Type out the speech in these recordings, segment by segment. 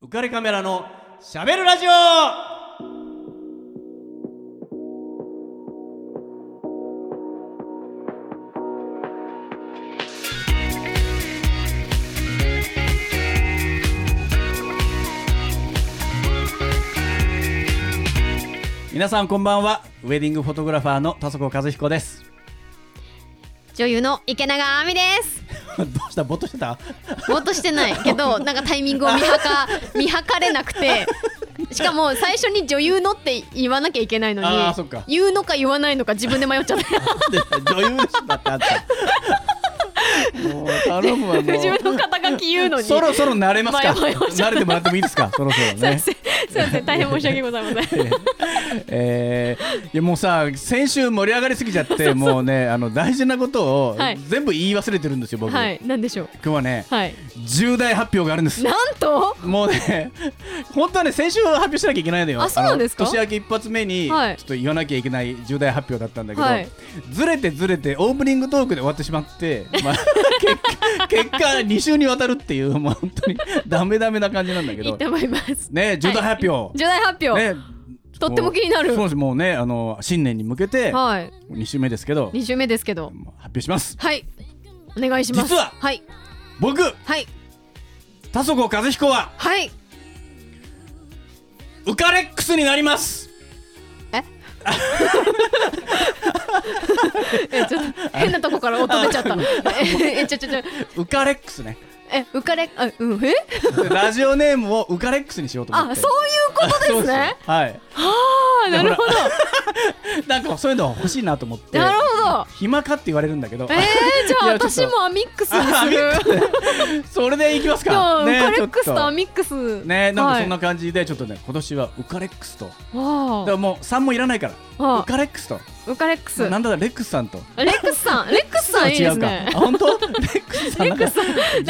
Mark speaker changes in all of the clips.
Speaker 1: 浮かれカメラのしゃべるラジオ皆さんこんばんはウェディングフォトグラファーの田底和彦です
Speaker 2: 女優の池永亜美です。
Speaker 1: どうしたぼっとしてた
Speaker 2: ぼーっとしてないけど、なんかタイミングを見計見計れな くて。しかも最初に女優のって言わなきゃいけないの
Speaker 1: あーそっか
Speaker 2: に言うのか言わないのか自分で迷っち ゃった
Speaker 1: で 女優だってあ ったもう頼むわもう
Speaker 2: 自分の肩書き言うのに
Speaker 1: そろそろ慣れますか
Speaker 2: 迷いました
Speaker 1: 慣れてもらってもいいですかそろそろね
Speaker 2: すいません大変申し訳ござ いません
Speaker 1: えー、いやもうさ先週盛り上がりすぎちゃってもうねあの大事なことを
Speaker 2: はい
Speaker 1: 全部言い忘れてるんですよ僕、
Speaker 2: はいなんでしょう
Speaker 1: 今日はね、
Speaker 2: はい
Speaker 1: 重大発表があるんです
Speaker 2: なんと
Speaker 1: もうね 本当はね先週発表しなきゃいけないのよ
Speaker 2: あそうなんですか
Speaker 1: あの年明け一発目にちょ
Speaker 2: は
Speaker 1: っ
Speaker 2: い
Speaker 1: と言わなきゃいけない重大発表だったんだけど、
Speaker 2: はい
Speaker 1: ずれてずれてオープニングトークで終わってしまって、 まあ、結果結果2週にわたるっていうもう本当にダメダメな感じなんだけ
Speaker 2: いい
Speaker 1: ど
Speaker 2: と思います
Speaker 1: ね重大発表、
Speaker 2: 重大発表
Speaker 1: ね
Speaker 2: とっても気になる
Speaker 1: そうですもうねあの新年に向けて
Speaker 2: はい
Speaker 1: 2週目ですけど
Speaker 2: 二週目ですけど
Speaker 1: もう発表します
Speaker 2: はいお願いします
Speaker 1: 実は
Speaker 2: はい
Speaker 1: 僕
Speaker 2: はい
Speaker 1: 田底和彦は
Speaker 2: はい
Speaker 1: ウカレックスになります
Speaker 2: え えちょっと変なとこから音出ちゃった。え えちょちょちょ
Speaker 1: ウカレックスね
Speaker 2: え浮かれあうんえ
Speaker 1: ラジオネームをウカレックスにしようと思って
Speaker 2: あそういうことですね。
Speaker 1: はい
Speaker 2: あなるほど
Speaker 1: なんかそういうの欲しいなと思って
Speaker 2: なるほど。
Speaker 1: 暇かって言われるんだけど、
Speaker 2: えー、じゃ
Speaker 1: い
Speaker 2: あ
Speaker 1: やちょっと
Speaker 2: 私もアミックスに
Speaker 1: あア
Speaker 2: す
Speaker 1: ミ
Speaker 2: る。
Speaker 1: ッそれでいきます
Speaker 2: じゃ
Speaker 1: か
Speaker 2: あウカレックス
Speaker 1: ちょっ
Speaker 2: とアミックス。
Speaker 1: ねなんかそん
Speaker 2: は
Speaker 1: な感じでちょっとね今年はウカレックスとだか
Speaker 2: い。わ
Speaker 1: らもう3もいらないから
Speaker 2: あは
Speaker 1: ウカレックスと
Speaker 2: あウカレックス。レ
Speaker 1: なんだったらレックスさんと
Speaker 2: ックス さんレックスさんいいで
Speaker 1: 違
Speaker 2: す
Speaker 1: うか
Speaker 2: ね
Speaker 1: あ。本当レックスさんなんかジ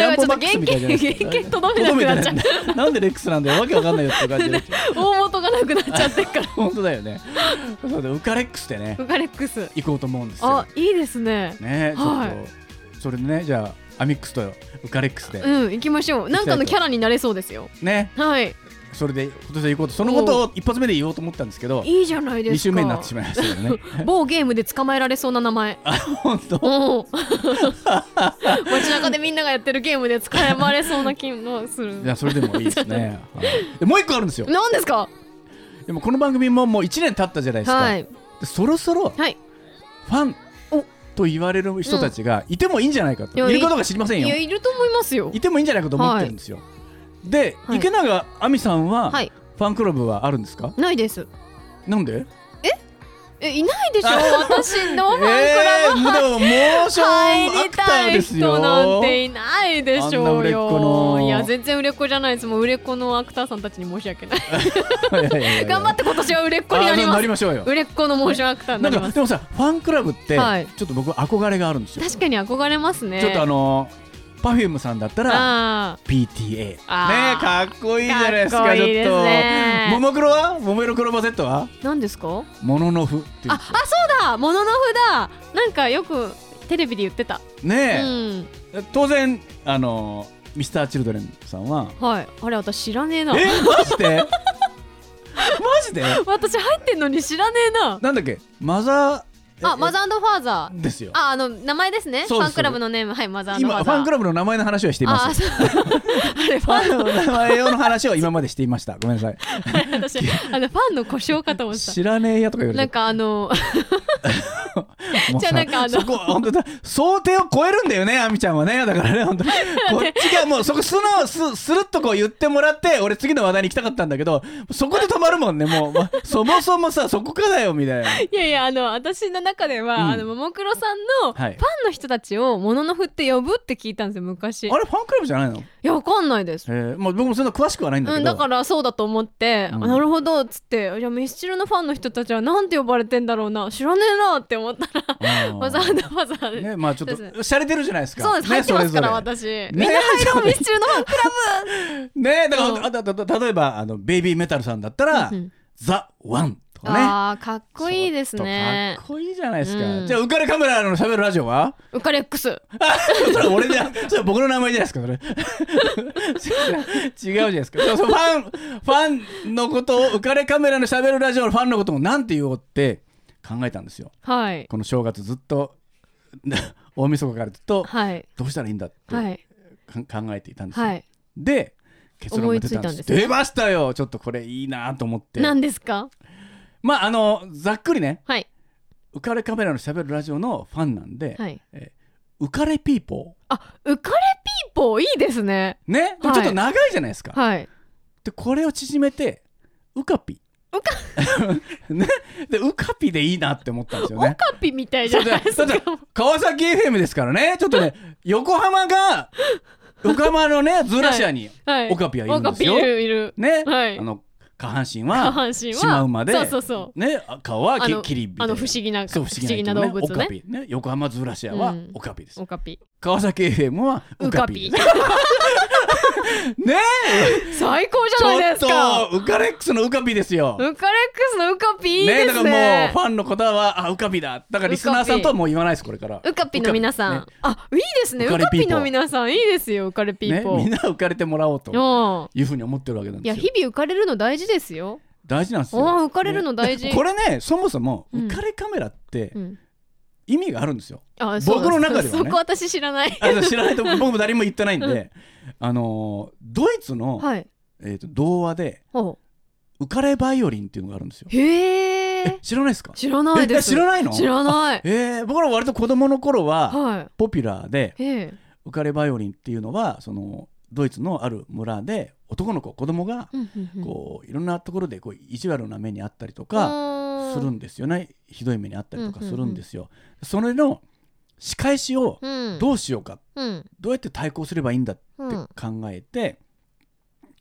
Speaker 1: ャンボマックスみたいじゃないです
Speaker 2: なんかちょっと原型原型とどめなくなっちゃう
Speaker 1: とどめ てないなんでレックスなんだよわけわかんないよって感じで
Speaker 2: 大元がなくなっちゃってっ から。
Speaker 1: 本当だよねそうだウカレックスでね
Speaker 2: ウカレックス。
Speaker 1: 行こうと思うんですよ
Speaker 2: あいいですね。
Speaker 1: ねちょっと、
Speaker 2: はい
Speaker 1: それでねじゃあアミックスとウカレックスで、
Speaker 2: うん行きましょう。なんかのキャラになれそうですよ。
Speaker 1: ね
Speaker 2: はい。
Speaker 1: それで今年は行こうとそのことを一発目で言おうと思ったんですけど
Speaker 2: いいじゃないですか。
Speaker 1: 2週目になってしまいましたよね
Speaker 2: 某ゲームで捕まえられそうな名前。
Speaker 1: 本当
Speaker 2: おお。街中でみんながやってるゲームで捕まれそうな気もする。
Speaker 1: いやそれでもいいですね、はいでもう一個あるんですよ
Speaker 2: なんですか。
Speaker 1: でもこの番組ももう1年経ったじゃないですか、
Speaker 2: はい
Speaker 1: でそろそろフ
Speaker 2: はい。
Speaker 1: ァンと言われる人たちがいてもいいんじゃないかと、
Speaker 2: いや
Speaker 1: いるかどうか知りません
Speaker 2: い
Speaker 1: よ
Speaker 2: や
Speaker 1: い
Speaker 2: いると思いますよ。
Speaker 1: てもいいんじゃないかと思ってるんですよ、で、
Speaker 2: はい
Speaker 1: 池永亜美さんは、
Speaker 2: はい。
Speaker 1: ファンクラブはあるんですか
Speaker 2: ないです。
Speaker 1: なんで
Speaker 2: えいな いでしょ。
Speaker 1: あ
Speaker 2: 私のファンクラブ。
Speaker 1: えー、でもモーションア
Speaker 2: 入り
Speaker 1: クター
Speaker 2: たい
Speaker 1: ですよ
Speaker 2: 人なんていないでし
Speaker 1: あんな
Speaker 2: ょ
Speaker 1: 売
Speaker 2: う
Speaker 1: れっ子の
Speaker 2: よ。いや全然売れっ子じゃないです。もう売れっ子のアクターさんたちに申し訳ない。頑張ってて今年は売れっ子になりま
Speaker 1: な
Speaker 2: す
Speaker 1: り。ましょうよ
Speaker 2: 売れっ子のモーションアクターに
Speaker 1: な
Speaker 2: なんり
Speaker 1: か
Speaker 2: ます。
Speaker 1: でもさファンクラブって、
Speaker 2: はい
Speaker 1: ちょっと僕憧れがあるんですよ
Speaker 2: 確かに憧れますね。
Speaker 1: ちょっとあのパフュームさんだったら
Speaker 2: あ
Speaker 1: PTA ね
Speaker 2: あー
Speaker 1: かっこいいじゃないですか
Speaker 2: かっこいいですね
Speaker 1: ちょっとももクロはももクロバゼットは
Speaker 2: ー何ですか？
Speaker 1: もののふってい
Speaker 2: あ、
Speaker 1: う
Speaker 2: あそうだ、ものの札。なんかよくテレビで言ってた。
Speaker 1: ね
Speaker 2: うん、
Speaker 1: え、当然あのミスターチルドレンさんは
Speaker 2: はい。あれ私知らねえ
Speaker 1: え
Speaker 2: な。
Speaker 1: マジでマジで
Speaker 2: 私入ってんのに知らねえな。
Speaker 1: なんだっけマザー
Speaker 2: あ、マザーファーザー。
Speaker 1: ですよ
Speaker 2: あ、あの名前ですね。フ
Speaker 1: そうです
Speaker 2: ァンクラブのネーム、はい、マザーファーザー。
Speaker 1: 今ファンク
Speaker 2: ラ
Speaker 1: ラブの名前の話はしています
Speaker 2: あ、そう。 あれフ
Speaker 1: ファ
Speaker 2: ァ
Speaker 1: ン
Speaker 2: ン
Speaker 1: の
Speaker 2: の、
Speaker 1: 名前の話を今までしていました。ごめんなさ い。
Speaker 2: あれ私あのファンの故障かと思って
Speaker 1: 知らねえやとか言わ
Speaker 2: た。な
Speaker 1: れ
Speaker 2: ん
Speaker 1: て。
Speaker 2: かあの、
Speaker 1: もうさ
Speaker 2: じゃあなんかあの
Speaker 1: そこ本当だ。想定を超えるんだよね、あみちゃんはね。だからね、 本当にこっちがもうそこ素直すスルッとこう言ってもらって、俺次の話題に行きたかったんだけど、そこで止まるもんね。もうまそもそもさそこかだよみたい な。
Speaker 2: いやいやあの私の中では、
Speaker 1: うん
Speaker 2: あのももクロさんのフ
Speaker 1: は
Speaker 2: ァ
Speaker 1: い
Speaker 2: ンの人たちをもののふって呼ぶって聞いたんですよ昔。い
Speaker 1: あれファンクラブじゃないの？
Speaker 2: やわかんないです。
Speaker 1: えー、まあ僕もそんな詳しくはないんだけど。
Speaker 2: うん、だからそうだと思って、
Speaker 1: うん
Speaker 2: あなるほどっつってじゃあミスチルのファンの人たちはなんて呼ばれてんだろうな知らねえなって思ったら
Speaker 1: うん
Speaker 2: わざわざ、
Speaker 1: ね、まあちょっ
Speaker 2: そう
Speaker 1: と洒落てるじゃないですか。
Speaker 2: そうです、
Speaker 1: ね
Speaker 2: 入ってますから
Speaker 1: それぞれ
Speaker 2: 私、みんな入ろうミスチルのファンクラ
Speaker 1: ねえだから、
Speaker 2: うん
Speaker 1: あたたた例えばあのベイビーメタルさんだったら、
Speaker 2: うん
Speaker 1: ザ・ワンとかね
Speaker 2: あーかっこいいですね
Speaker 1: ちょっとかっこいいじゃないですか、
Speaker 2: うん
Speaker 1: じゃあ浮かれカメラの喋るラジオは
Speaker 2: ウカレックス
Speaker 1: あ それ俺じゃそれ僕の名前じゃないですかそれ 違うじゃないですかそうそうファンファンのことを浮かれカメラのしゃべるラジオのファンのこともなんて言おうって考えたんですよ
Speaker 2: はい
Speaker 1: この正月ずっと 大晦日からずっと
Speaker 2: はい
Speaker 1: どうしたらいいんだってかん、
Speaker 2: はい
Speaker 1: 考えていたんですよ、
Speaker 2: はい
Speaker 1: で結論が出たんです
Speaker 2: 思いついたんですね
Speaker 1: 出ましたよちょっとこれいいなと思って
Speaker 2: 何ですか
Speaker 1: まああのざっくりね
Speaker 2: はい
Speaker 1: 浮かれカメラのしゃべるラジオのファンなんで、
Speaker 2: はい
Speaker 1: 浮かれピーポ
Speaker 2: あウカレピーポーいいですね
Speaker 1: ーねでもちょっと長いじゃないですか、
Speaker 2: はい
Speaker 1: でこれを縮めてウカピ
Speaker 2: ウカ
Speaker 1: ねでウカピでいいなって思ったんです
Speaker 2: オ
Speaker 1: よね
Speaker 2: カピみたいじゃないです
Speaker 1: そうだ
Speaker 2: か
Speaker 1: だって川崎 FM ですからねちょっとね 横浜が横浜のねズーラシアに、
Speaker 2: はい
Speaker 1: オカピはいるんです
Speaker 2: オ
Speaker 1: よ
Speaker 2: カピいるいる
Speaker 1: ね、
Speaker 2: はい
Speaker 1: あの下半身
Speaker 2: 下
Speaker 1: は
Speaker 2: 半身は
Speaker 1: シマウマで
Speaker 2: そうそうそう
Speaker 1: ね顔は
Speaker 2: あ
Speaker 1: き
Speaker 2: の
Speaker 1: キリビで
Speaker 2: あの不思議な
Speaker 1: そう
Speaker 2: 不思議な動物
Speaker 1: オカ
Speaker 2: ね
Speaker 1: ピね横浜ズーラシアは
Speaker 2: うん
Speaker 1: オカピです、
Speaker 2: オカピ
Speaker 1: 川崎 FM はウ
Speaker 2: ウ
Speaker 1: カ
Speaker 2: カ
Speaker 1: ピ
Speaker 2: ピ
Speaker 1: ですねえ
Speaker 2: 最高じ
Speaker 1: ち
Speaker 2: ゃない
Speaker 1: ょ
Speaker 2: で
Speaker 1: っ
Speaker 2: すか
Speaker 1: とウカレックスのウカピですよ
Speaker 2: ウカレックスのウカピいいで
Speaker 1: だから
Speaker 2: す
Speaker 1: もう
Speaker 2: ね
Speaker 1: ファンの方はあウカピだだからリスナーさんとはもう言わないですこれから
Speaker 2: ウカピの皆さん、
Speaker 1: ウカ
Speaker 2: あいいですね
Speaker 1: ウ
Speaker 2: ウ
Speaker 1: カレ
Speaker 2: カ
Speaker 1: ピーポー
Speaker 2: ピの皆さんいいですよウカレ
Speaker 1: ピ
Speaker 2: ピ
Speaker 1: ね
Speaker 2: ー
Speaker 1: ね
Speaker 2: ポー、
Speaker 1: みんな浮かれてもらおうと
Speaker 2: うん
Speaker 1: いうふうに思ってるわけなん
Speaker 2: いや
Speaker 1: ですよ
Speaker 2: 日々浮かれるの大事ですよ
Speaker 1: 大事なんです
Speaker 2: お
Speaker 1: よ
Speaker 2: ー浮かれるの大事、
Speaker 1: これねそもそも
Speaker 2: うん
Speaker 1: 浮かれカメラって
Speaker 2: うん
Speaker 1: 意味があるんですよ
Speaker 2: あそう
Speaker 1: 僕の中ではね
Speaker 2: そこ私知らない
Speaker 1: あの知らないと僕も誰も言ってないんであのードイツの
Speaker 2: はい
Speaker 1: えーと童話で
Speaker 2: お
Speaker 1: 浮かれバイオリンっていうのがあるんですよ
Speaker 2: へ
Speaker 1: え
Speaker 2: え
Speaker 1: 知らないですか
Speaker 2: 知らないで
Speaker 1: え
Speaker 2: す
Speaker 1: 知らないの
Speaker 2: 知らない
Speaker 1: えー僕ら割と子供の頃は
Speaker 2: は
Speaker 1: ポピュラーで
Speaker 2: いへえ
Speaker 1: 浮かれバイオリンっていうのはそのドイツのある村で男の子子供が
Speaker 2: うんうんうん
Speaker 1: こういろんなところでこう意地悪な目にあったりとかす
Speaker 2: す
Speaker 1: るんですよねひどい目にあったりとか
Speaker 2: うんうん
Speaker 1: す
Speaker 2: うん
Speaker 1: るんですよ。それの仕返しを
Speaker 2: うん
Speaker 1: どうしようか
Speaker 2: うん
Speaker 1: どうやって対抗すればいいんだって
Speaker 2: うん
Speaker 1: 考えて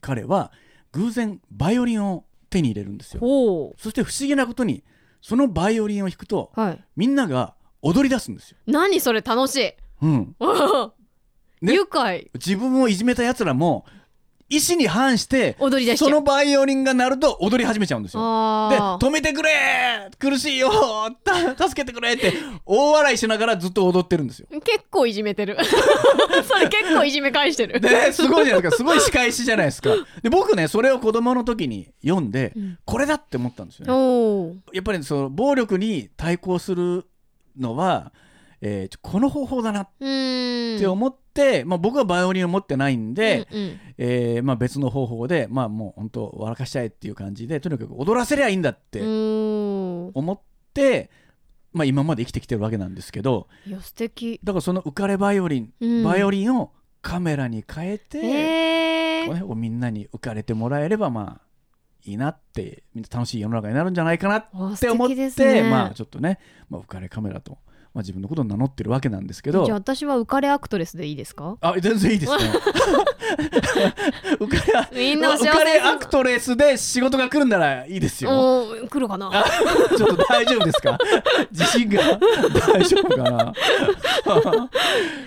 Speaker 1: 彼は偶然バイオリンを手に入れるんですよ。
Speaker 2: ほ
Speaker 1: そして不思議なことにそのバイオリンを弾くと
Speaker 2: うはい
Speaker 1: みんなが踊り出すんですよ。
Speaker 2: 何それ楽しい
Speaker 1: うん、ね
Speaker 2: 愉快
Speaker 1: 自分をいじめたやつらも意思に反して
Speaker 2: 踊り出しち
Speaker 1: そ
Speaker 2: ゃ
Speaker 1: の
Speaker 2: う
Speaker 1: バイオリンが鳴ると踊り始めちゃうんですよ。で
Speaker 2: あー
Speaker 1: 止めてくれ苦しいよた助けてくれって大笑いしながらずっと踊ってるんですよ。
Speaker 2: 結構いじめて るそれ結構いじめ返してる
Speaker 1: ですごいじゃないですかすごい仕返しじゃないですか。で僕ねそれを子供の時に読んで、
Speaker 2: うん
Speaker 1: これだって思ったんですよね。
Speaker 2: おー
Speaker 1: やっぱりその暴力に対抗するのは、えーこの方法だなっ
Speaker 2: うーん
Speaker 1: て思って、まあ、僕はバイオリンを持ってないんで、
Speaker 2: うんうん
Speaker 1: えーまあ、別の方法で、まあ、もう本当笑かしちゃえっていう感じでとにかく踊らせりゃいいんだって
Speaker 2: お
Speaker 1: 思って、まあ、今まで生きてきてるわけなんですけど
Speaker 2: ーいや素敵、
Speaker 1: だからその浮かれバイオリン、
Speaker 2: うん
Speaker 1: バイオリンをカメラに変えて、
Speaker 2: え
Speaker 1: こう
Speaker 2: ー
Speaker 1: ね、こうみんなに浮かれてもらえればまあいいなってみんな楽しい世の中になるんじゃないかなっ
Speaker 2: あ
Speaker 1: て
Speaker 2: 素
Speaker 1: 思っ
Speaker 2: 敵
Speaker 1: て、
Speaker 2: ですね
Speaker 1: まあちょっとね、まあ、浮かれカメラと、まあ、自分のことを名乗ってるわけなんですけど
Speaker 2: じゃあ私は浮かれアクトレスでいいですか
Speaker 1: あ全然いい ですね。 浮かれ
Speaker 2: みんなお幸
Speaker 1: 浮
Speaker 2: せ
Speaker 1: かれアクトレスで仕事が来るんならいいですよ。
Speaker 2: おー来るかな
Speaker 1: あちょっと大丈夫ですか 自信が大丈夫かな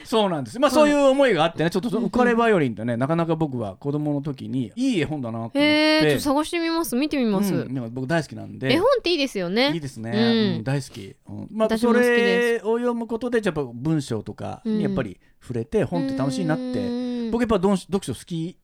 Speaker 1: そうなんです。まあそういう思いがあってね、ちょっとその浮かれバイオリンってね、なかなか僕は子供の時にいい絵本だなと思って。
Speaker 2: えー、ちょっと探してみます見てみます、
Speaker 1: うんなんか僕大好きなんで
Speaker 2: 絵本っていいですよね
Speaker 1: いいですね、
Speaker 2: うん
Speaker 1: うん大好き、うんまあ、
Speaker 2: 私
Speaker 1: そ
Speaker 2: も好き
Speaker 1: れ
Speaker 2: で
Speaker 1: を読むことでやっぱ文章とかにやっぱり触れて本って楽しいなって、
Speaker 2: て
Speaker 1: 僕やっぱどん読書好き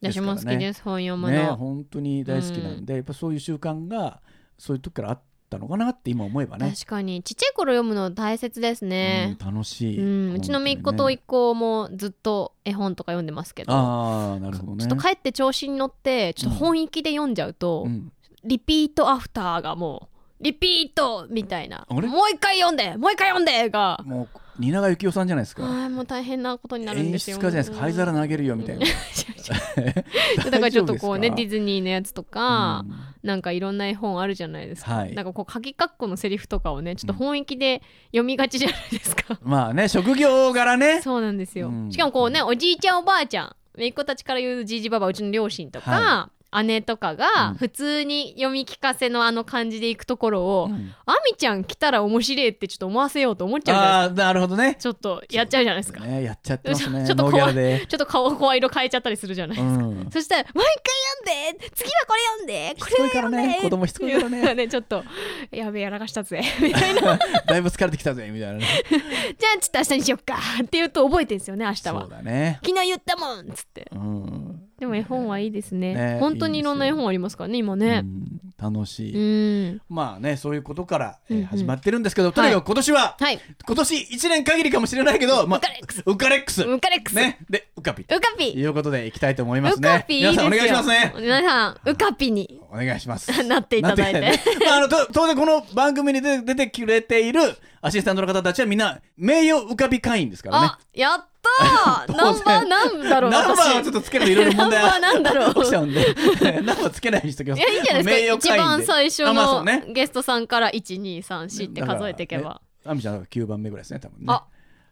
Speaker 1: です
Speaker 2: 私
Speaker 1: からね
Speaker 2: も好きです本読むの、
Speaker 1: ね本当に大好きなんで、やっぱそういう習慣がそういう時からあったのかなって今思えばね、
Speaker 2: 確かにちっちゃい頃読むの大切ですね、
Speaker 1: うん楽しい、
Speaker 2: うんうちの姪っ子
Speaker 1: 本当
Speaker 2: と
Speaker 1: にね
Speaker 2: 一個もずっと絵本とか読んでますけど
Speaker 1: ああなるほどね
Speaker 2: ちょっと帰って調子に乗ってちょっと本域で読んじゃうと、
Speaker 1: うん
Speaker 2: リピートアフターがもうリピートみたいな
Speaker 1: あ
Speaker 2: もう
Speaker 1: れ
Speaker 2: 一回読んでもう一回読んでが
Speaker 1: もう蜷川幸雄さんじゃないですか
Speaker 2: はいもう大変なことになるん
Speaker 1: 演
Speaker 2: です
Speaker 1: 出
Speaker 2: よ
Speaker 1: 家じゃないですか灰 皿投げるよみたいな
Speaker 2: だからちょっとこうねディ
Speaker 1: ズ
Speaker 2: ズニーのやつとか、なんかいろんな絵本あるじゃないですか、
Speaker 1: はい
Speaker 2: なんかこう鍵括弧のセリフとかをねちょっと本域で読みがちじゃないです か、
Speaker 1: まあね職業柄ね
Speaker 2: そうなんですよ、
Speaker 1: うん
Speaker 2: しかもこうねおじいちゃんおばあちゃん姪っ子たちから言うじいじばばうちの両親とか、
Speaker 1: は
Speaker 2: 姉とかが
Speaker 1: うん
Speaker 2: 普通に読み聞かせのあの感じで行くところを、
Speaker 1: うん
Speaker 2: あみちゃん来たら面白いってちょっと思わせようと思っちゃうじゃない
Speaker 1: ああーなるほどね
Speaker 2: ですかちょっとやっちゃうじゃないですか、
Speaker 1: ねやっちゃってますね
Speaker 2: ちょっと
Speaker 1: ノーギャラ
Speaker 2: 怖い
Speaker 1: で、
Speaker 2: ちょっと顔声色変えちゃったりするじゃない、
Speaker 1: うん、
Speaker 2: そしたら「もう一回読んで次はこれ読んで
Speaker 1: し
Speaker 2: こ
Speaker 1: つこ
Speaker 2: れ
Speaker 1: いから
Speaker 2: 読ん
Speaker 1: ね
Speaker 2: で」
Speaker 1: 子供しつこいからね
Speaker 2: ちょっとやべえやらかしたぜみたいなじゃあ
Speaker 1: だいぶ疲れてきたぜみたいなね
Speaker 2: ちょっと明日にしよっか って言うと覚えてんですよね明日
Speaker 1: そう
Speaker 2: は
Speaker 1: だね
Speaker 2: 昨日言ったもんっつって
Speaker 1: うん
Speaker 2: でも絵本はいいですね
Speaker 1: ね
Speaker 2: 本当にいろんな絵本ありますからね今
Speaker 1: う
Speaker 2: ね
Speaker 1: ん楽し
Speaker 2: う
Speaker 1: い
Speaker 2: ん
Speaker 1: まあねそういうことからえ
Speaker 2: うん
Speaker 1: ー
Speaker 2: うん
Speaker 1: 始まってるんですけどとにかく今年は
Speaker 2: はい
Speaker 1: 今年1年限りかもしれないけどまあ
Speaker 2: ウカレックス
Speaker 1: ウカレックス
Speaker 2: ウカレックス、
Speaker 1: ねでウカピと
Speaker 2: ウカピ
Speaker 1: いうことでいきたいと思いま
Speaker 2: ウ
Speaker 1: すね
Speaker 2: カピいいで
Speaker 1: 皆さんお願い
Speaker 2: すよ
Speaker 1: しますね
Speaker 2: 皆さんウカピに
Speaker 1: お願いします
Speaker 2: なっていただいて
Speaker 1: なっていただいてまああのと当然この番組に出て出てくれているアシスタントの方たちはみんな名誉ウカピ会員ですからね
Speaker 2: あやった ーナンバーなんだろう
Speaker 1: ナンバーは
Speaker 2: 私
Speaker 1: ちょっとつけるといろいろ問題
Speaker 2: ナンバーなん だろう
Speaker 1: 起きちゃうんで ナンバーつけないようにしときま
Speaker 2: い
Speaker 1: す
Speaker 2: やいいんじゃない
Speaker 1: 名誉
Speaker 2: ですか
Speaker 1: 会
Speaker 2: 一
Speaker 1: 員
Speaker 2: 番最初
Speaker 1: あまあそ
Speaker 2: の
Speaker 1: うね
Speaker 2: ゲストさんから1234って数えていけば、
Speaker 1: あみちゃんだから9番目ぐらいですね多分ね
Speaker 2: あ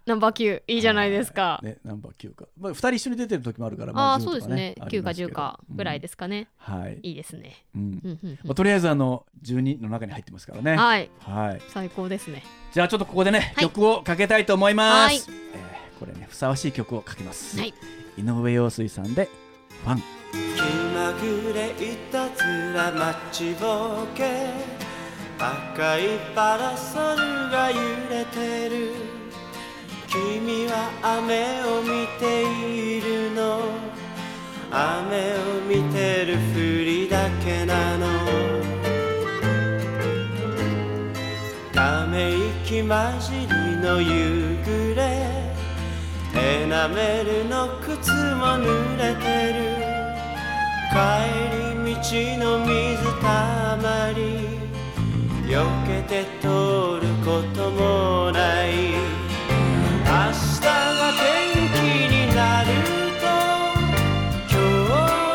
Speaker 2: ナンバー9いいじゃないですか、
Speaker 1: ねナンバー9か、まあ、2人一緒に出てる時もあるから、ま
Speaker 2: あ
Speaker 1: あ
Speaker 2: あーそ
Speaker 1: 10
Speaker 2: うで
Speaker 1: と
Speaker 2: すね9か
Speaker 1: ありますけど
Speaker 2: 10かぐらいですかね、
Speaker 1: うんはい、
Speaker 2: いいですね、
Speaker 1: うん
Speaker 2: うんうんうん
Speaker 1: まあ、とりあえずあの12の中に入ってますからね
Speaker 2: はい
Speaker 1: はい
Speaker 2: 最高ですね
Speaker 1: じゃあちょっとここでね、
Speaker 2: はい
Speaker 1: 曲をかけたいと思います、
Speaker 2: はい
Speaker 1: えーこれねふさわしい曲をかけます、
Speaker 2: はい
Speaker 1: 井上陽水さんでファン
Speaker 3: 気まぐれいたずら待ちぼうけ赤いパラソルが揺れてる君は雨を見ているの雨を見てるふりだけなのため息混じりの夕暮れエナメルの靴も濡れてる帰り道の水たまり避けて通ることもない明日が天気になると今日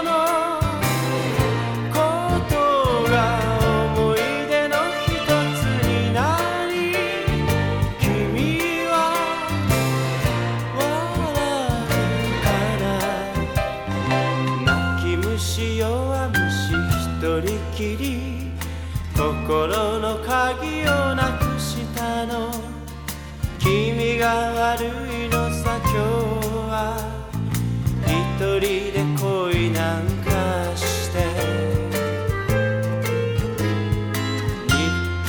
Speaker 3: のことが思い出の一つになり君は笑うかな泣き虫弱虫一人きり心の鍵をなくしたの君が悪いのさ今日は一人で恋なんかして日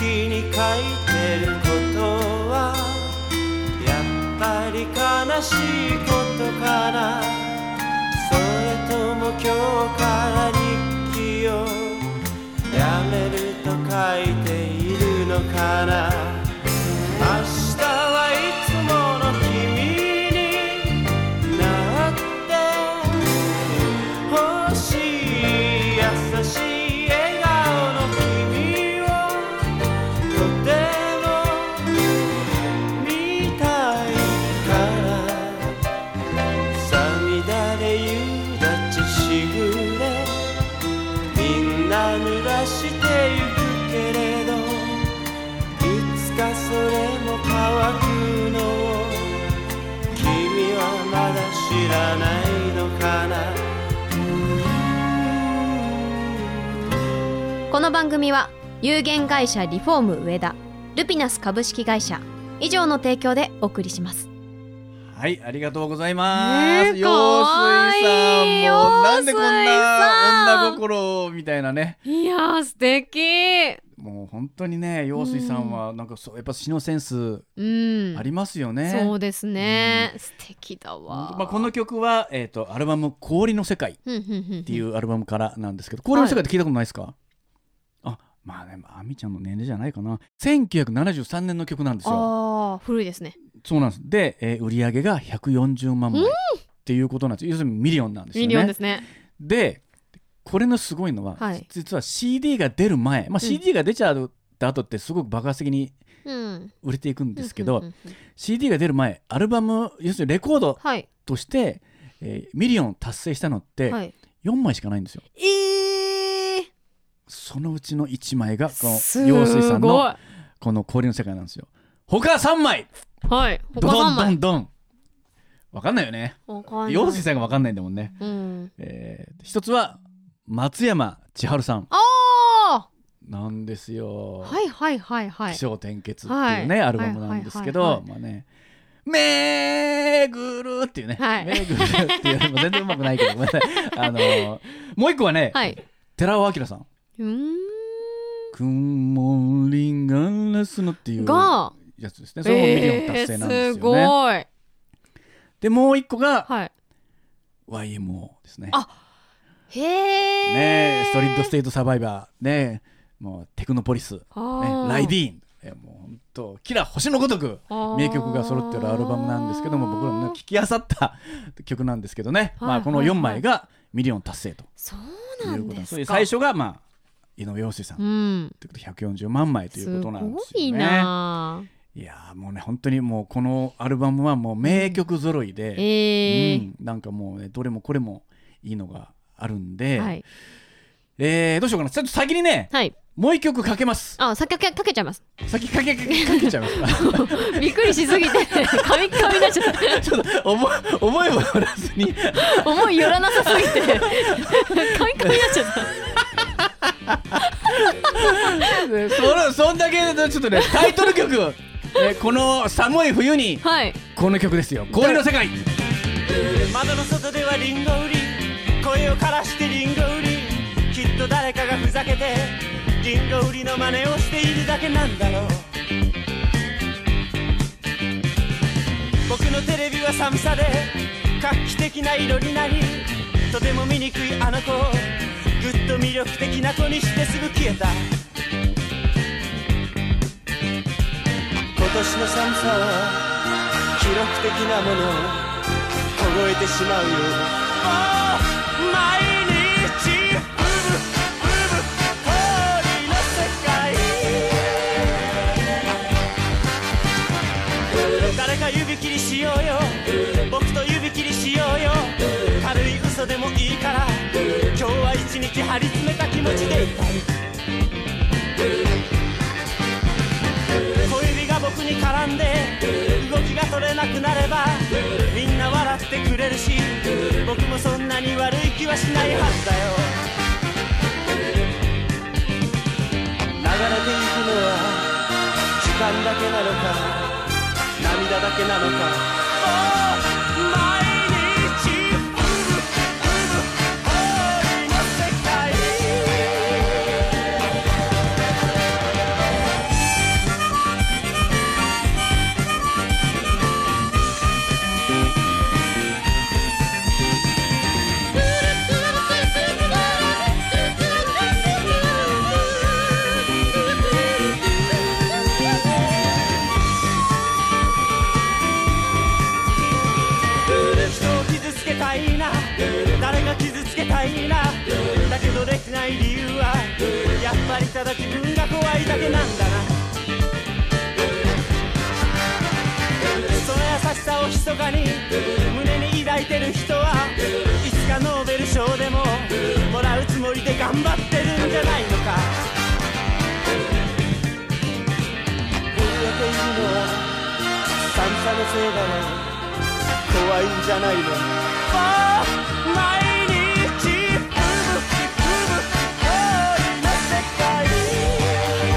Speaker 3: 記に書いてることはやっぱり悲しいことかなそれとも今日から日記をやめると書いているのかな明日はいつもの君になってほしい優しい笑顔の君をとても見たいからさみだれ夕立ちしぐれみんな濡らしてゆくけれどいつかそれも乾くのを君はまだ知らないのかな
Speaker 2: この番組は有限会社リフォーム上田ルピナス株式会社以上の提供でお送りします
Speaker 1: はいありがとうございます
Speaker 2: ねえ
Speaker 1: 陽水さん
Speaker 2: かわいい
Speaker 1: もうなんでこん
Speaker 2: 陽水さ
Speaker 1: なん女心みたいなね
Speaker 2: いやー素敵
Speaker 1: もう本当にね陽水さんはなんかそうやっぱ詩のセンス
Speaker 2: うん
Speaker 1: ありますよね、
Speaker 2: そうですね、素敵だ
Speaker 1: ほん
Speaker 2: わ
Speaker 1: とまあ、この曲は、えー、とアルバム「氷の世界」
Speaker 2: ふんふんふんふん
Speaker 1: っていうアルバムからなんですけど、氷の世界って聞いたことないですか、あまあね、まあ亜美ちゃんの年齢じゃないかな1973年の曲なんですよ
Speaker 2: ああ古いですね
Speaker 1: そうなんですで、えー売り上げが140万枚っていうことなんですよ要するにミリオンなんですよ
Speaker 2: ミリオン
Speaker 1: ね
Speaker 2: ですね
Speaker 1: でこれのすごいのは、
Speaker 2: はい
Speaker 1: 実は CD が出る前、まあ、CD が出ちゃった後ってすごく爆発的に
Speaker 2: うん
Speaker 1: 売れていくんですけど、
Speaker 2: うんうんうんうん
Speaker 1: CD が出る前アルバム要するにレコード
Speaker 2: はい
Speaker 1: として、えーミリオン達成したのって
Speaker 2: はい
Speaker 1: 4枚しかないんですよ、
Speaker 2: えー
Speaker 1: そのうちの1枚がこ
Speaker 2: す
Speaker 1: の
Speaker 2: ごい
Speaker 1: 陽水さんのこの氷の世界なんですよ他3枚
Speaker 2: はい
Speaker 1: ド
Speaker 2: 他
Speaker 1: ドン
Speaker 2: 三
Speaker 1: ド
Speaker 2: 枚
Speaker 1: ンドンわかんないよね
Speaker 2: わかんない
Speaker 1: 陽水さんがわかんないんだもんね、
Speaker 2: うん
Speaker 1: えー一つは松山千春さん
Speaker 2: あ
Speaker 1: なんですよ、
Speaker 2: あはいはいはいはい
Speaker 1: 起承転結っていうね、
Speaker 2: はい
Speaker 1: アルバムなんですけ
Speaker 2: はいはい
Speaker 1: ど、まあね、めぐるっていうね、
Speaker 2: はい
Speaker 1: めぐるっていうのも全然うまくないけど、ごめん なさい。あの、もう一個はね、
Speaker 2: はい
Speaker 1: 寺尾明さん。
Speaker 2: うーん
Speaker 1: 君もリンガラスのっていうや
Speaker 2: が
Speaker 1: つですね。それもミリオン達成なんですよね。
Speaker 2: ごい
Speaker 1: で、もう一個が
Speaker 2: はい
Speaker 1: YMO ですね。
Speaker 2: あへえ
Speaker 1: ねストリッド・ステイト・サバイバー、ねもうテクノポリス、ね、
Speaker 2: あー
Speaker 1: ライディーン、えもう本当、キラ星のごとく
Speaker 2: あー
Speaker 1: 名曲が揃ってるアルバムなんですけども、僕らもね、聴きあさった曲なんですけどね、
Speaker 2: はい
Speaker 1: まあ、この
Speaker 2: はい
Speaker 1: 4枚がミリオン達成と
Speaker 2: そう
Speaker 1: い
Speaker 2: な
Speaker 1: うんことなんで
Speaker 2: で
Speaker 1: す。
Speaker 2: すか
Speaker 1: 最初が、まあ、井上陽水さん。
Speaker 2: うん
Speaker 1: ということで140万枚ということなんです
Speaker 2: すごい
Speaker 1: よね。
Speaker 2: ない
Speaker 1: やーもうね本当にもうこのアルバムはもう名曲揃いで、
Speaker 2: ええ
Speaker 1: うんなんかもうねどれもこれもいいのがあるんで、
Speaker 2: はい
Speaker 1: えー、どうしようかなちょっと先にね
Speaker 2: はい
Speaker 1: もう一曲かけます。
Speaker 2: あ先かけかけちゃいます
Speaker 1: 先かけかけかけちゃいます か。
Speaker 2: びっくりしすぎて 髪髪出ちゃっ
Speaker 1: ちょっと思い思いもよらずに。
Speaker 2: た思い寄らなさすぎ て髪髪出ちゃっ
Speaker 1: そのそんだけちょっとねタイトル曲、ね、この寒い冬に
Speaker 2: たはい
Speaker 1: この曲ですよ。氷の世界。
Speaker 3: 窓の外ではリンゴ売り声を枯らしてリンゴ売りきっと誰かがふざけてリンゴ売りの真似をしているだけなんだろう僕のテレビは寒さで画期的な色になりとても醜いあの子をぐっと魅力的な子にしてすぐ消えた今年の寒さは記録的なもの凍えてしまうよもう毎日ブブブブ氷の世界誰か指切りしようよ僕と指切りしようよ軽い嘘でもいいから今日は一日張り詰めた気持ちでいたい小指が僕に絡んで動きが取れなくなればみんな笑ってくれるし僕もそんなに悪い気はしないはずだよ流れていくのは時間だけなのか涙だけなのかもう毎日うぶうぶ氷の世界人を傷つけたいな誰が傷つけたいなだけどできない理由はやっぱりただ自分が怖いだけなんだなその優しさを密かに胸に抱いてる人はいつかノーベル賞でももらうつもりで頑張ってるんじゃないのか震えているのは寒さのせいだな、怖いんじゃないの毎日吹雪吹雪氷の世界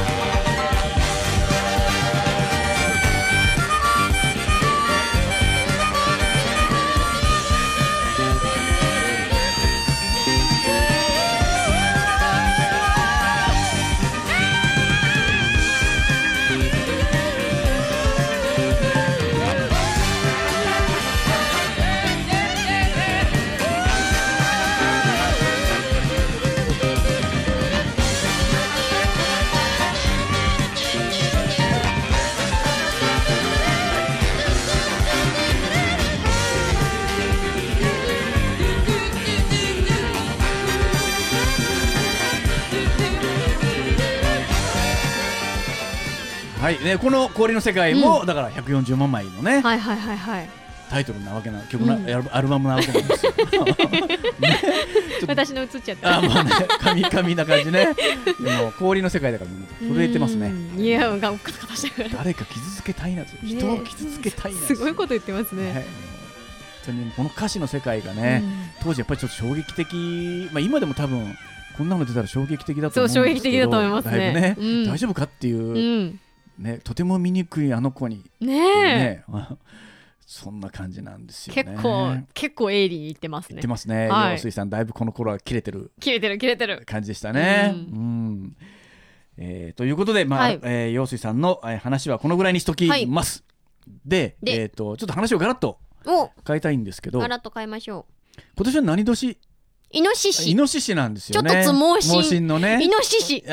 Speaker 1: はいねこの氷の世界も、だから140万枚のね、
Speaker 2: はいはいはいはい
Speaker 1: タイトルなわけな曲な、
Speaker 2: うん
Speaker 1: アルアルバムなわけなんですよ。ちょっと
Speaker 2: 私の映っちゃった
Speaker 1: あもうね、神々な感じ ね。もう氷の世界だから、震えてますね。
Speaker 2: うんいやがカタカタしてる
Speaker 1: 誰か傷つけたいなと、
Speaker 2: ね
Speaker 1: 人を傷つけたいなと。
Speaker 2: すごいこと言ってますね
Speaker 1: はい当にこの歌詞の世界がね、当時やっぱりちょっと衝撃的、まあ、今でも多分こんなの出たら衝撃的だと思うんですけど
Speaker 2: そう衝撃的だと思いますね
Speaker 1: だいぶね、
Speaker 2: うん
Speaker 1: 大丈夫かっていう、
Speaker 2: うん
Speaker 1: ね、とても醜いあの子に、
Speaker 2: ねえ、
Speaker 1: ね そんな感じなんですよね
Speaker 2: 結構結構鋭利にいってます
Speaker 1: 言
Speaker 2: ね
Speaker 1: ってますね、
Speaker 2: はい
Speaker 1: 陽水さんだいぶこの頃は切れてる
Speaker 2: 切れてる切れてる
Speaker 1: 感じでしたね。う
Speaker 2: うん
Speaker 1: えーということで、まあ
Speaker 2: はい
Speaker 1: えー陽水さんのえー話はこのぐらいにしときます。で
Speaker 2: で
Speaker 1: えー、とちょっと話をガラッと
Speaker 2: お
Speaker 1: 変えたいんですけど
Speaker 2: ガ
Speaker 1: 今
Speaker 2: ラッと変えましょ
Speaker 1: 年は何年
Speaker 2: うイノシシ
Speaker 1: イノシシなんですよね。
Speaker 2: ちょっとつ盲信
Speaker 1: 盲信のね
Speaker 2: イノシシ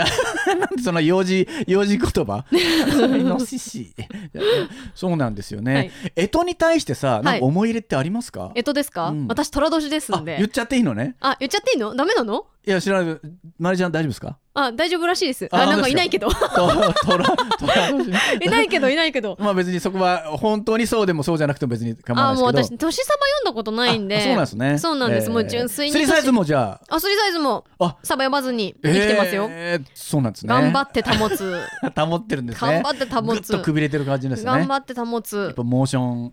Speaker 1: その幼児 幼児言 葉イノシシ そうなんですよね、
Speaker 2: はい
Speaker 1: 干支に対してさなん
Speaker 2: はい
Speaker 1: か思い入れってありますか、
Speaker 2: えっとですか、
Speaker 1: うん
Speaker 2: 私虎年です
Speaker 1: あ
Speaker 2: んで
Speaker 1: 言っちゃっていいのね
Speaker 2: あ言っちゃっていいのダメなの
Speaker 1: いや知らないまりちゃん大丈夫ですか
Speaker 2: あ大丈夫らしいです
Speaker 1: あ
Speaker 2: あなん
Speaker 1: 本当ですか
Speaker 2: かいないけど
Speaker 1: ととらとら
Speaker 2: いないけどいないけど
Speaker 1: まあ別にそこは本当にそうでもそうじゃなくても別に構わ
Speaker 2: あ
Speaker 1: ない
Speaker 2: もう
Speaker 1: です
Speaker 2: 私
Speaker 1: けど
Speaker 2: 年様読んだことないんで
Speaker 1: あそうなんですね
Speaker 2: そうなんですもう純粋に
Speaker 1: スリーサイズもじゃ
Speaker 2: あスリサイズも
Speaker 1: ああ
Speaker 2: サバ読まずに生きてますよ、
Speaker 1: えーそうなんですね
Speaker 2: 頑張って保つ
Speaker 1: 保ってるん ですね
Speaker 2: 頑張って保つ
Speaker 1: ぐっとくびれてる感じですね
Speaker 2: 頑張
Speaker 1: や
Speaker 2: って保つ
Speaker 1: っぱモーション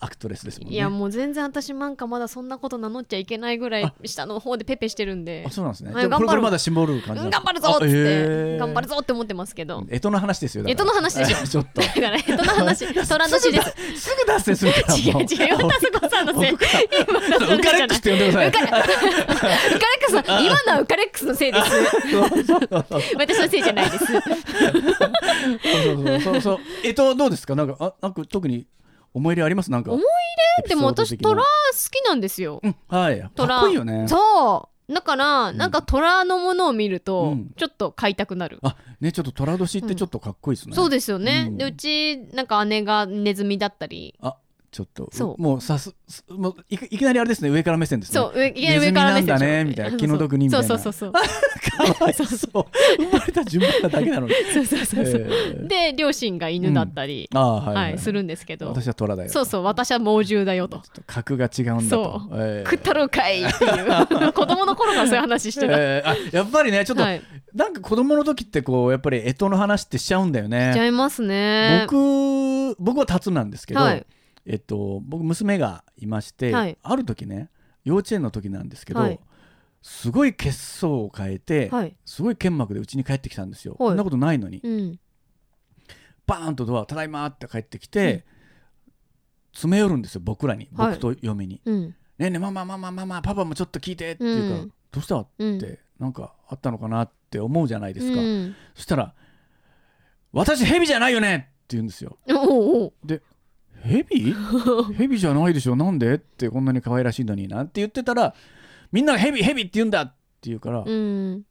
Speaker 1: アクトレスですもんね
Speaker 2: いやもう全然私なんかまだそんなこと名乗っちゃいけないぐらい下の方でペペしてるんで
Speaker 1: あそうなんですね。
Speaker 2: はい
Speaker 1: じゃあこ
Speaker 2: 頑張
Speaker 1: れ
Speaker 2: る
Speaker 1: これまだ絞る感じな
Speaker 2: うん
Speaker 1: です
Speaker 2: ん頑
Speaker 1: か
Speaker 2: 張るぞっつっ
Speaker 1: あ
Speaker 2: て
Speaker 1: へー
Speaker 2: 頑張るぞって思ってますけど
Speaker 1: 干支の話ですよ。だから
Speaker 2: 干支の話でし ょ
Speaker 1: ちょっと。
Speaker 2: だから人 の話虎年です
Speaker 1: すぐ脱線するから。
Speaker 2: 違う
Speaker 1: も
Speaker 2: 違う、ヨタスコさんのせい。 今
Speaker 1: 僕か
Speaker 2: のそれ
Speaker 1: ウカレックスって呼んでくだ
Speaker 2: ウカレウカレックスさん、今のはウカレックスのせ いです。
Speaker 1: さい。
Speaker 2: 私のせいじゃないです。
Speaker 1: そうそうそうそうそう。えっとどうですか。なんかあなんか特に思い入れありますなんか。
Speaker 2: 思い
Speaker 1: 入
Speaker 2: でも私、トラ好きなんですよ。
Speaker 1: うんはい。か
Speaker 2: トラ。
Speaker 1: っこいいよね。
Speaker 2: そう。だから、なんかトラのものを見ると、
Speaker 1: うん
Speaker 2: ちょっと買いたくなる。
Speaker 1: あねちょっとトラ年ってちょっとかっこいいですね。
Speaker 2: そうですよね。
Speaker 1: うん
Speaker 2: で、うち、なんか姉がネズミだったり。
Speaker 1: あちょっと
Speaker 2: そう
Speaker 1: もうさすすもういいきなりあれですね上から目線ですね。
Speaker 2: そう、上いきなり上から目
Speaker 1: ネズ
Speaker 2: 線
Speaker 1: ミなんだねみたいな気の毒にみたいな
Speaker 2: そうそうそう
Speaker 1: かわ いそう。生まれた順番なだけなのに。
Speaker 2: そう。 そうそうそうそう。
Speaker 1: えー
Speaker 2: で、両親が犬だったり、
Speaker 1: あーはい
Speaker 2: は、
Speaker 1: はいい。
Speaker 2: するんですけど。
Speaker 1: 私は虎だよ。
Speaker 2: そうそう、私は猛獣だよと。
Speaker 1: 格が違うんだと
Speaker 2: そ。う
Speaker 1: えー
Speaker 2: 食ったろうかいっていう 子供の頃からそういう話してた。
Speaker 1: えーあやっぱりねちょっと、
Speaker 2: はい、
Speaker 1: なんか子供の時ってこうやっぱり干支の話ってしちゃうんだよ
Speaker 2: ちゃ
Speaker 1: ね。
Speaker 2: いますね。
Speaker 1: 僕僕は辰なんですけど、
Speaker 2: はい
Speaker 1: えっと僕娘がいまして、
Speaker 2: はい
Speaker 1: ある時ね幼稚園の時なんですけど、
Speaker 2: はい
Speaker 1: すごい血相を変えて、
Speaker 2: はい
Speaker 1: すごい剣幕で家に帰ってきたんですよ。
Speaker 2: はい
Speaker 1: こんなことないのに、
Speaker 2: うん、
Speaker 1: バーンとドア「ただいま」って帰ってきて、詰め寄るんですよ僕らに
Speaker 2: はい
Speaker 1: 僕と嫁に。
Speaker 2: うん、
Speaker 1: ねえねえママママママパパもちょっと聞いてっていうか、
Speaker 2: うん
Speaker 1: どうしたっ
Speaker 2: うん。
Speaker 1: てなんかあったのかなって思うじゃないですか、
Speaker 2: うん、
Speaker 1: そしたら「私ヘビじゃないよね!」って言うんですよ
Speaker 2: おう
Speaker 1: 「ヘビ ヘビじゃないでしょなんで?」ってこんなに可愛らしいのになんて言ってたら「みんながヘビヘビって言うんだ!」って言うから
Speaker 2: おう、うん。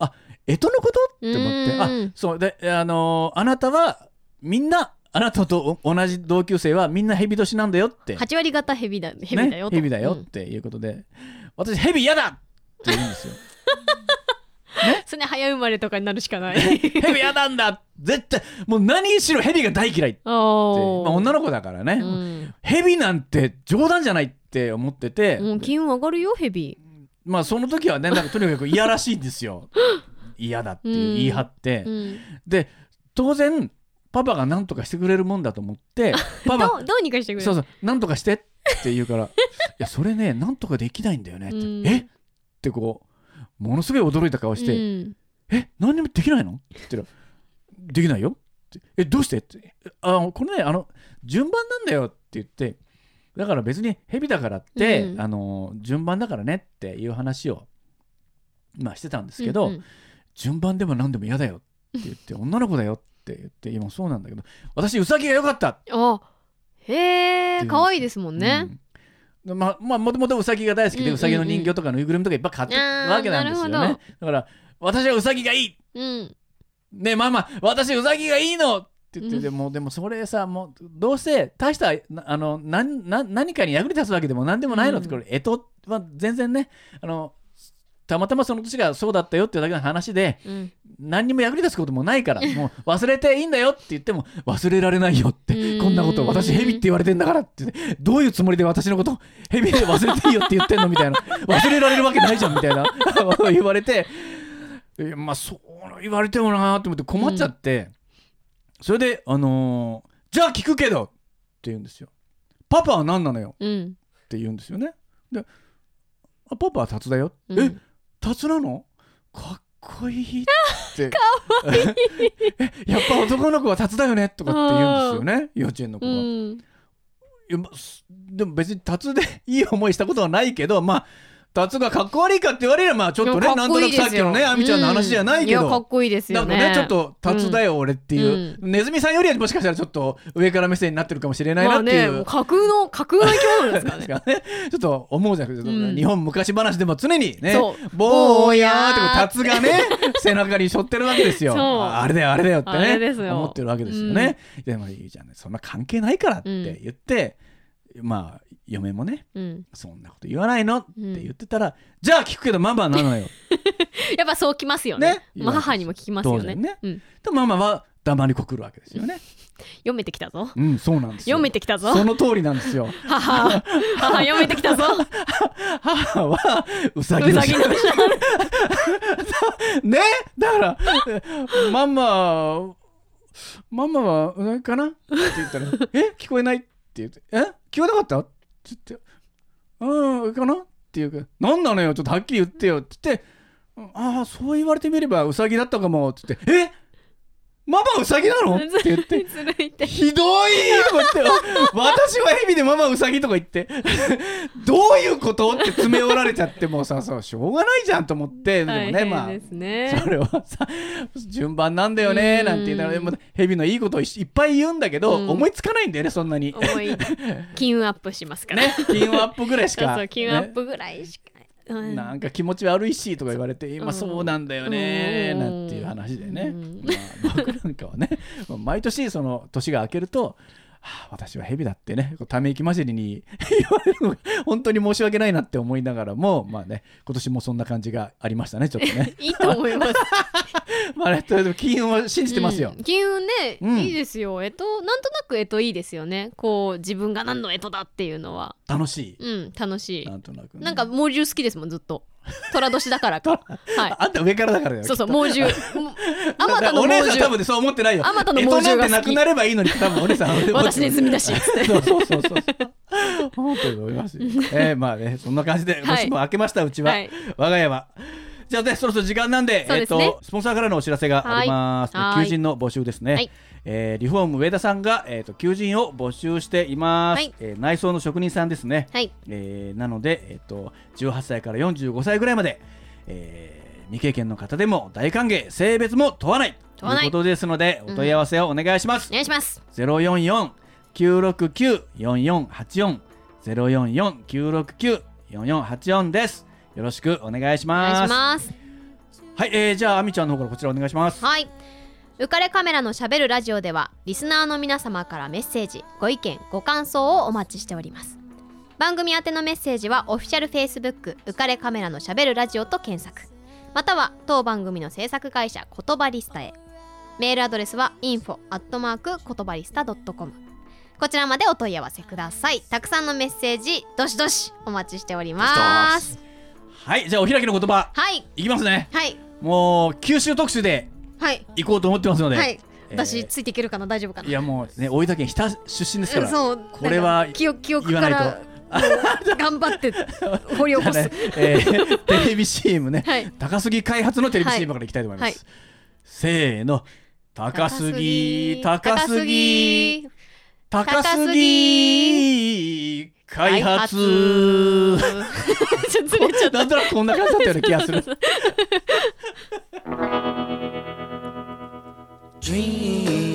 Speaker 1: 「えとのこと?」って思って「
Speaker 2: う
Speaker 1: あ
Speaker 2: ん
Speaker 1: そうであのーあなたはみんなあなたと同じ同級生はみんなヘビ年なんだよ」って
Speaker 2: 八割方ヘビだ、ヘビだよと。
Speaker 1: ね、ヘビだよ
Speaker 2: うん
Speaker 1: っていうことで、私ヘビ嫌だって言うん ですよ
Speaker 2: それ早生まれとかになるしかない。
Speaker 1: ヘビ嫌なんだ絶対もう何しろヘビが大嫌いって、まあ、
Speaker 2: おお。
Speaker 1: 女の子だからね、
Speaker 2: うん。
Speaker 1: ヘビなんて冗談じゃないって思ってて、
Speaker 2: もう金運上がるよヘビ。
Speaker 1: まあその時はねなんかとにかくいやらしいんです よ嫌だっていう言い張って、
Speaker 2: うん。
Speaker 1: で当然パパが何とかしてくれるもんだと思ってパ
Speaker 2: ど
Speaker 1: パ
Speaker 2: うどうにかしてくれ
Speaker 1: そう
Speaker 2: る。
Speaker 1: そう何とかしてって言うから「いやそれね何とかできないんだよね」って
Speaker 2: う
Speaker 1: 「
Speaker 2: ん
Speaker 1: えっ?」てこうものすごい驚いた顔して「
Speaker 2: うん
Speaker 1: え何にもできないの?」って言ったら「できないよ」って「えどうして?」って「あこれねあの順番なんだよ」って言ってだから別にヘビだからって、
Speaker 2: うん
Speaker 1: あの順番だからねっていう話を、まあ、してたんですけど、
Speaker 2: うんうん
Speaker 1: 順番でも何でも嫌だよって言って女の子だよって言って今そうなんだけど私ウサギが良かった
Speaker 2: あ、へえ、可愛いですもんね。
Speaker 1: うんまあまあもともとウサギが大好き
Speaker 2: うんうん
Speaker 1: で
Speaker 2: うん
Speaker 1: ウサギの人形とかぬいぐるみとかいっぱい買ってたわけなんですよね
Speaker 2: あーなるほ
Speaker 1: だから私はウサギがいい
Speaker 2: うん。
Speaker 1: ねえママ私ウサギがいいのって言って、
Speaker 2: うん
Speaker 1: でもでもそれさもうどうせ大したなあのなんな何かに役に立つわけでも何でもないのって、
Speaker 2: う
Speaker 1: これえとは全然ねあのたまたまその年がそうだったよっていうだけの話で
Speaker 2: うん。
Speaker 1: 何にも役に立つこともないからもう忘れていいんだよって言っても忘れられないよって
Speaker 2: うん
Speaker 1: こんなこと私ヘビって言われてんだからって言ってどういうつもりで私のことヘビで忘れていいよって言ってんのみたいな忘れられるわけないじゃんみたいな言われていやまあそう言われてもなーと思って困っちゃってそれであのーじゃあ聞くけどって言うんですよパパは何なのよ
Speaker 2: うん。
Speaker 1: って言うんですよねであポップは達だよ、
Speaker 2: うん
Speaker 1: え達なのかっこいい ってか わいいやっぱ男の子は達だよねとかって言うんですよね幼稚園の子
Speaker 2: う
Speaker 1: が、い
Speaker 2: ん
Speaker 1: やまあすでも別に達でいい思いしたことはないけどまあ達がかっこ悪いかって言われればまあちょっとね
Speaker 2: でも
Speaker 1: な
Speaker 2: か
Speaker 1: んと
Speaker 2: っこ
Speaker 1: ないく
Speaker 2: いですよ
Speaker 1: さっきのね亜美ちゃんの話じゃないけど、
Speaker 2: うんいやかっこいいです
Speaker 1: な
Speaker 2: よ
Speaker 1: ん
Speaker 2: ね
Speaker 1: かねちょっと達だよ俺っていう、ネズミさんよりはもしかしたらちょっと上から目線になってるかもしれない
Speaker 2: ま
Speaker 1: な
Speaker 2: あ
Speaker 1: ってい
Speaker 2: ね
Speaker 1: う、
Speaker 2: もう架空の架空の生き物ですからね
Speaker 1: ですからね ちょっと思うじゃなくて、
Speaker 2: うん
Speaker 1: 日本昔話でも常にね
Speaker 2: そう
Speaker 1: 坊やーって
Speaker 2: 坊やー
Speaker 1: タツがね 背中に背負ってるわけですよ
Speaker 2: そう
Speaker 1: ああれだよあれだよって
Speaker 2: あれ
Speaker 1: ね
Speaker 2: ですよ
Speaker 1: 思ってるわけですよね、でもいいじゃんそんな関係ないからって言って、まあ嫁もね
Speaker 2: うん
Speaker 1: そんなこと言わないのって言ってたら、じゃあ聞くけどママなの よ
Speaker 2: やっぱそうきますよね
Speaker 1: ね
Speaker 2: まあ母にも聞きますよ
Speaker 1: 当
Speaker 2: ね
Speaker 1: 然ね
Speaker 2: うん、
Speaker 1: とママは黙りこくるわけですよね
Speaker 2: 読めてき たぞ
Speaker 1: うんそうなんですよ
Speaker 2: 読めてきたぞ
Speaker 1: その通りなんです よ
Speaker 2: 母母読めてき たぞ
Speaker 1: 母はうさぎ
Speaker 2: う
Speaker 1: の
Speaker 2: さぎの
Speaker 1: ねだからえママママはうなぎかなって言ったら「え聞こえない」って言って「え聞こえなかった?」って言って「うんかな?」って言うから「なんなのよちょっとはっきり言ってよ」って言って「うんああそう言われてみればうさぎだったかも」って言って「えママうさぎなの?」って言って
Speaker 2: ずるいっ
Speaker 1: 「
Speaker 2: て
Speaker 1: ひどい!」とか言って「私は蛇でママうさぎ」とか言って「どういうこと?」って詰め寄られちゃってもうさそうしょうがないじゃんと思ってでも
Speaker 2: 大
Speaker 1: ねま
Speaker 2: 変
Speaker 1: あ
Speaker 2: ですね、
Speaker 1: それはさ順番なんだよね
Speaker 2: うん
Speaker 1: なんて言ったらでも蛇のいいことをいっぱい言うんだけど、
Speaker 2: うん
Speaker 1: 思いつかないんだよねそんなに。
Speaker 2: 思い金運アップしますから、ね、
Speaker 1: 金運アップぐらいし
Speaker 2: そう
Speaker 1: か。
Speaker 2: そう金運アッ
Speaker 1: ね
Speaker 2: プぐらいしか、うん
Speaker 1: なんか気持ち悪いしとか言われて、今そうなんだよね
Speaker 2: うん
Speaker 1: なんていう話でね、
Speaker 2: うん
Speaker 1: まあ、僕なんかはね 毎年その年が明けると「はあ私は蛇だ」ってねこうため息混じりに 言われるのが本当に申し訳ないなって思いながらもまあね今年もそんな感じがありましたねちょっと ね
Speaker 2: いいと思います
Speaker 1: まあねとりあえず金運は信じてますよ。
Speaker 2: うん金運ね、
Speaker 1: うん
Speaker 2: いいですよえとなんとなくえといいですよねこう自分が何のえとだっていうのは
Speaker 1: 楽しい
Speaker 2: うん楽しい
Speaker 1: なんとなくね、
Speaker 2: なんか猛獣好きですもんずっと虎年だか らかはい
Speaker 1: あんた上からだからだよ。
Speaker 2: そうそう
Speaker 1: きっと
Speaker 2: 猛獣もうあまたの
Speaker 1: お
Speaker 2: 猛
Speaker 1: 姉さん多
Speaker 2: 獣
Speaker 1: 分そう思ってないよ。
Speaker 2: あまたの猛獣が
Speaker 1: 干支なんてな
Speaker 2: 好
Speaker 1: く
Speaker 2: き
Speaker 1: なればいいのにって多分お姉さんは思ってる。
Speaker 2: 私ネズミだしつって
Speaker 1: そうそうそうそう。本当に思いますよ。えー、まあねそんな感じで
Speaker 2: い
Speaker 1: もしも明けましたうちは、
Speaker 2: はい
Speaker 1: 我が家は。じゃあね、そろそろ時間なんで、
Speaker 2: そう
Speaker 1: え
Speaker 2: で
Speaker 1: っ
Speaker 2: すね
Speaker 1: と、スポンサーからのお知らせがあります。
Speaker 2: はいはい
Speaker 1: 求人の募集ですね。
Speaker 2: はい
Speaker 1: えーリフォーム上田さんが、えっと、求人を募集しています。
Speaker 2: はい
Speaker 1: えー内装の職人さんですね。
Speaker 2: はい
Speaker 1: えーなので、えっと、18歳から45歳ぐらいまで、えー未経験の方でも大歓迎性別も問わない
Speaker 2: 問わない
Speaker 1: ということですのでお問い合わせをお願いします
Speaker 2: お、願いします
Speaker 1: 044-969-4484 044-969-4484ですよろしくお願いし
Speaker 2: お願い
Speaker 1: ま
Speaker 2: し
Speaker 1: す
Speaker 2: ます
Speaker 1: はい、えーじゃああみちゃんの方からこちらお願いします
Speaker 2: はい。浮かれカメラのしゃべるラジオではリスナーの皆様からメッセージご意見ご感想をお待ちしております番組宛てのメッセージはオフィシャル Facebook 浮かれカメラのしゃべるラジオと検索または当番組の制作会社言葉リスタへメールアドレスは info アットマーク言葉リスタ .com こちらまでお問い合わせくださいたくさんのメッセージどしどしお待ちしております
Speaker 1: はいじゃあお開きの言葉
Speaker 2: はい
Speaker 1: いきますね
Speaker 2: はい
Speaker 1: もう九州特集で
Speaker 2: はい
Speaker 1: 行こうと思ってますので、
Speaker 2: はい私、
Speaker 1: えー
Speaker 2: ついていけるかな大丈夫かない
Speaker 1: やもうね大分県日田出身ですから
Speaker 2: そう
Speaker 1: これは
Speaker 2: なんか記憶記憶
Speaker 1: 言
Speaker 2: か
Speaker 1: わ
Speaker 2: ら
Speaker 1: ない
Speaker 2: 頑張って掘り起 こ
Speaker 1: じゃあ
Speaker 2: す
Speaker 1: ね。えーテレビ CM ね、
Speaker 2: はい
Speaker 1: 高杉開発のテレビ CM からいきたいと思います、
Speaker 2: はい
Speaker 1: せーの高杉高杉高
Speaker 2: 高杉
Speaker 1: 杉開発
Speaker 2: ちょっとずれちゃった。
Speaker 1: なんとなくこんな感じだったような気がする
Speaker 3: Dream